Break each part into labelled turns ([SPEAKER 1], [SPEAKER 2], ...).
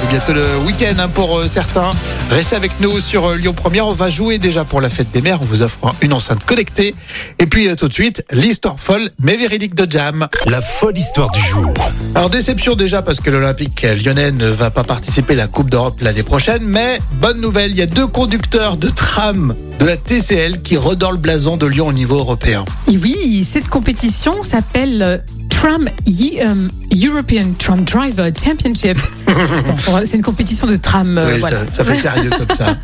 [SPEAKER 1] c'est bientôt le week-end hein, pour euh, certains. Restez avec nous sur euh, Lyon Première. On va jouer déjà pour la fête des mères. On vous offre un- une enceinte connectée. Et puis euh, tout de suite, l'histoire folle mais véridique de Jam.
[SPEAKER 2] La folle histoire du jour.
[SPEAKER 1] Alors déception déjà parce que l'Olympique lyonnais ne va pas participer à la Coupe d'Europe l'année prochaine. Mais bonne nouvelle, il y a deux conducteurs de tram de la TCL qui redorent le blason de Lyon au niveau européen.
[SPEAKER 3] Et oui, cette compétition s'appelle euh, Tram Ye- euh, European Tram Driver Championship. Bon, c'est une compétition de tram. euh,
[SPEAKER 1] oui,
[SPEAKER 3] voilà.
[SPEAKER 1] ça, ça fait sérieux comme ça.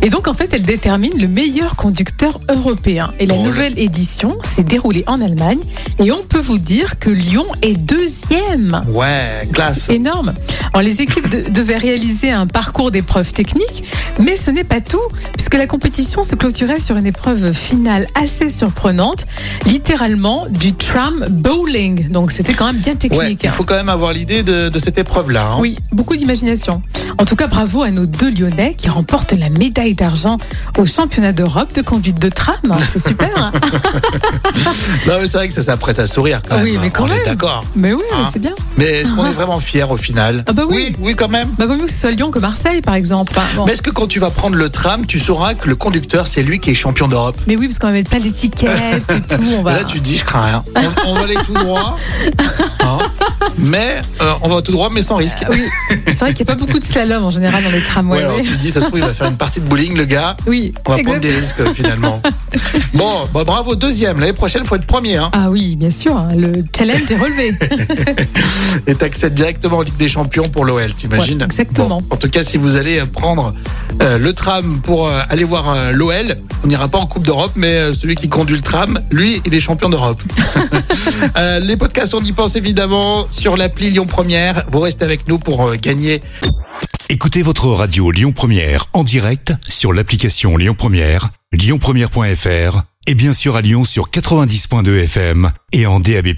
[SPEAKER 3] Et donc, en fait, elle détermine le meilleur conducteur européen. Et la
[SPEAKER 1] Drôle.
[SPEAKER 3] nouvelle édition s'est déroulée en Allemagne. Et on peut vous dire que Lyon est deuxième.
[SPEAKER 1] Ouais, classe.
[SPEAKER 3] Énorme. Alors, les équipes de- devaient réaliser un parcours d'épreuves techniques, mais ce n'est pas tout, puisque la compétition se clôturait sur une épreuve finale assez surprenante, littéralement du tram bowling. Donc c'était quand même bien
[SPEAKER 1] Ouais,
[SPEAKER 3] technique.
[SPEAKER 1] il
[SPEAKER 3] hein.
[SPEAKER 1] faut quand même avoir l'idée de, de cette épreuve-là. hein.
[SPEAKER 3] Oui, beaucoup d'imagination. En tout cas, bravo à nos deux Lyonnais qui remportent la médaille d'argent au championnat d'Europe de conduite de tram. C'est super. hein.
[SPEAKER 1] Non, mais c'est vrai que ça s'apprête à sourire quand
[SPEAKER 3] Oui,
[SPEAKER 1] même. hein.
[SPEAKER 3] mais quand
[SPEAKER 1] On est
[SPEAKER 3] même.
[SPEAKER 1] d'accord.
[SPEAKER 3] mais oui,
[SPEAKER 1] Ah.
[SPEAKER 3] c'est bien.
[SPEAKER 1] Mais est-ce qu'on est vraiment fier au final
[SPEAKER 3] Ah bah oui.
[SPEAKER 1] oui, quand même.
[SPEAKER 3] Bah, vaut mieux que ce soit Lyon que Marseille, par exemple. Enfin, bon.
[SPEAKER 1] Mais est-ce que quand tu vas prendre le tram, tu sauras que le conducteur, c'est lui qui est champion d'Europe
[SPEAKER 3] Mais oui, parce qu'on va mettre pas d'étiquette et tout. On va...
[SPEAKER 1] Là, tu te dis, je crains rien. On, on va aller tout droit. hein, mais euh, on va tout droit, mais sans risque.
[SPEAKER 3] Euh, Oui, c'est vrai qu'il n'y a pas beaucoup de slalom en général dans les
[SPEAKER 1] Ouais,
[SPEAKER 3] tramways.
[SPEAKER 1] alors,
[SPEAKER 3] mais-
[SPEAKER 1] tu te dis, ça se trouve, il va faire une partie de bowling, le gars.
[SPEAKER 3] Oui,
[SPEAKER 1] On va prendre
[SPEAKER 3] exact.
[SPEAKER 1] des risques euh, finalement. bon, bah, bravo, deuxième. L'année prochaine, faut être premier. Hein.
[SPEAKER 3] Ah oui, bien sûr, hein, le challenge est relevé.
[SPEAKER 1] Et t'accèdes directement en Ligue des Champions pour l'OL, t'imagines
[SPEAKER 3] Ouais, exactement.
[SPEAKER 1] Bon, en tout cas, si vous allez euh, prendre euh, le tram pour euh, aller voir euh, l'OL, on n'ira pas en Coupe d'Europe, mais euh, celui qui conduit le tram, lui, il est champion d'Europe. Euh, les podcasts, on y pense évidemment sur l'appli Lyon Première. Vous restez avec nous pour euh, gagner
[SPEAKER 2] Écoutez votre radio Lyon Première en direct sur l'application Lyon Première, lyonpremière.fr et bien sûr à Lyon sur 90.2 FM et en DAB+.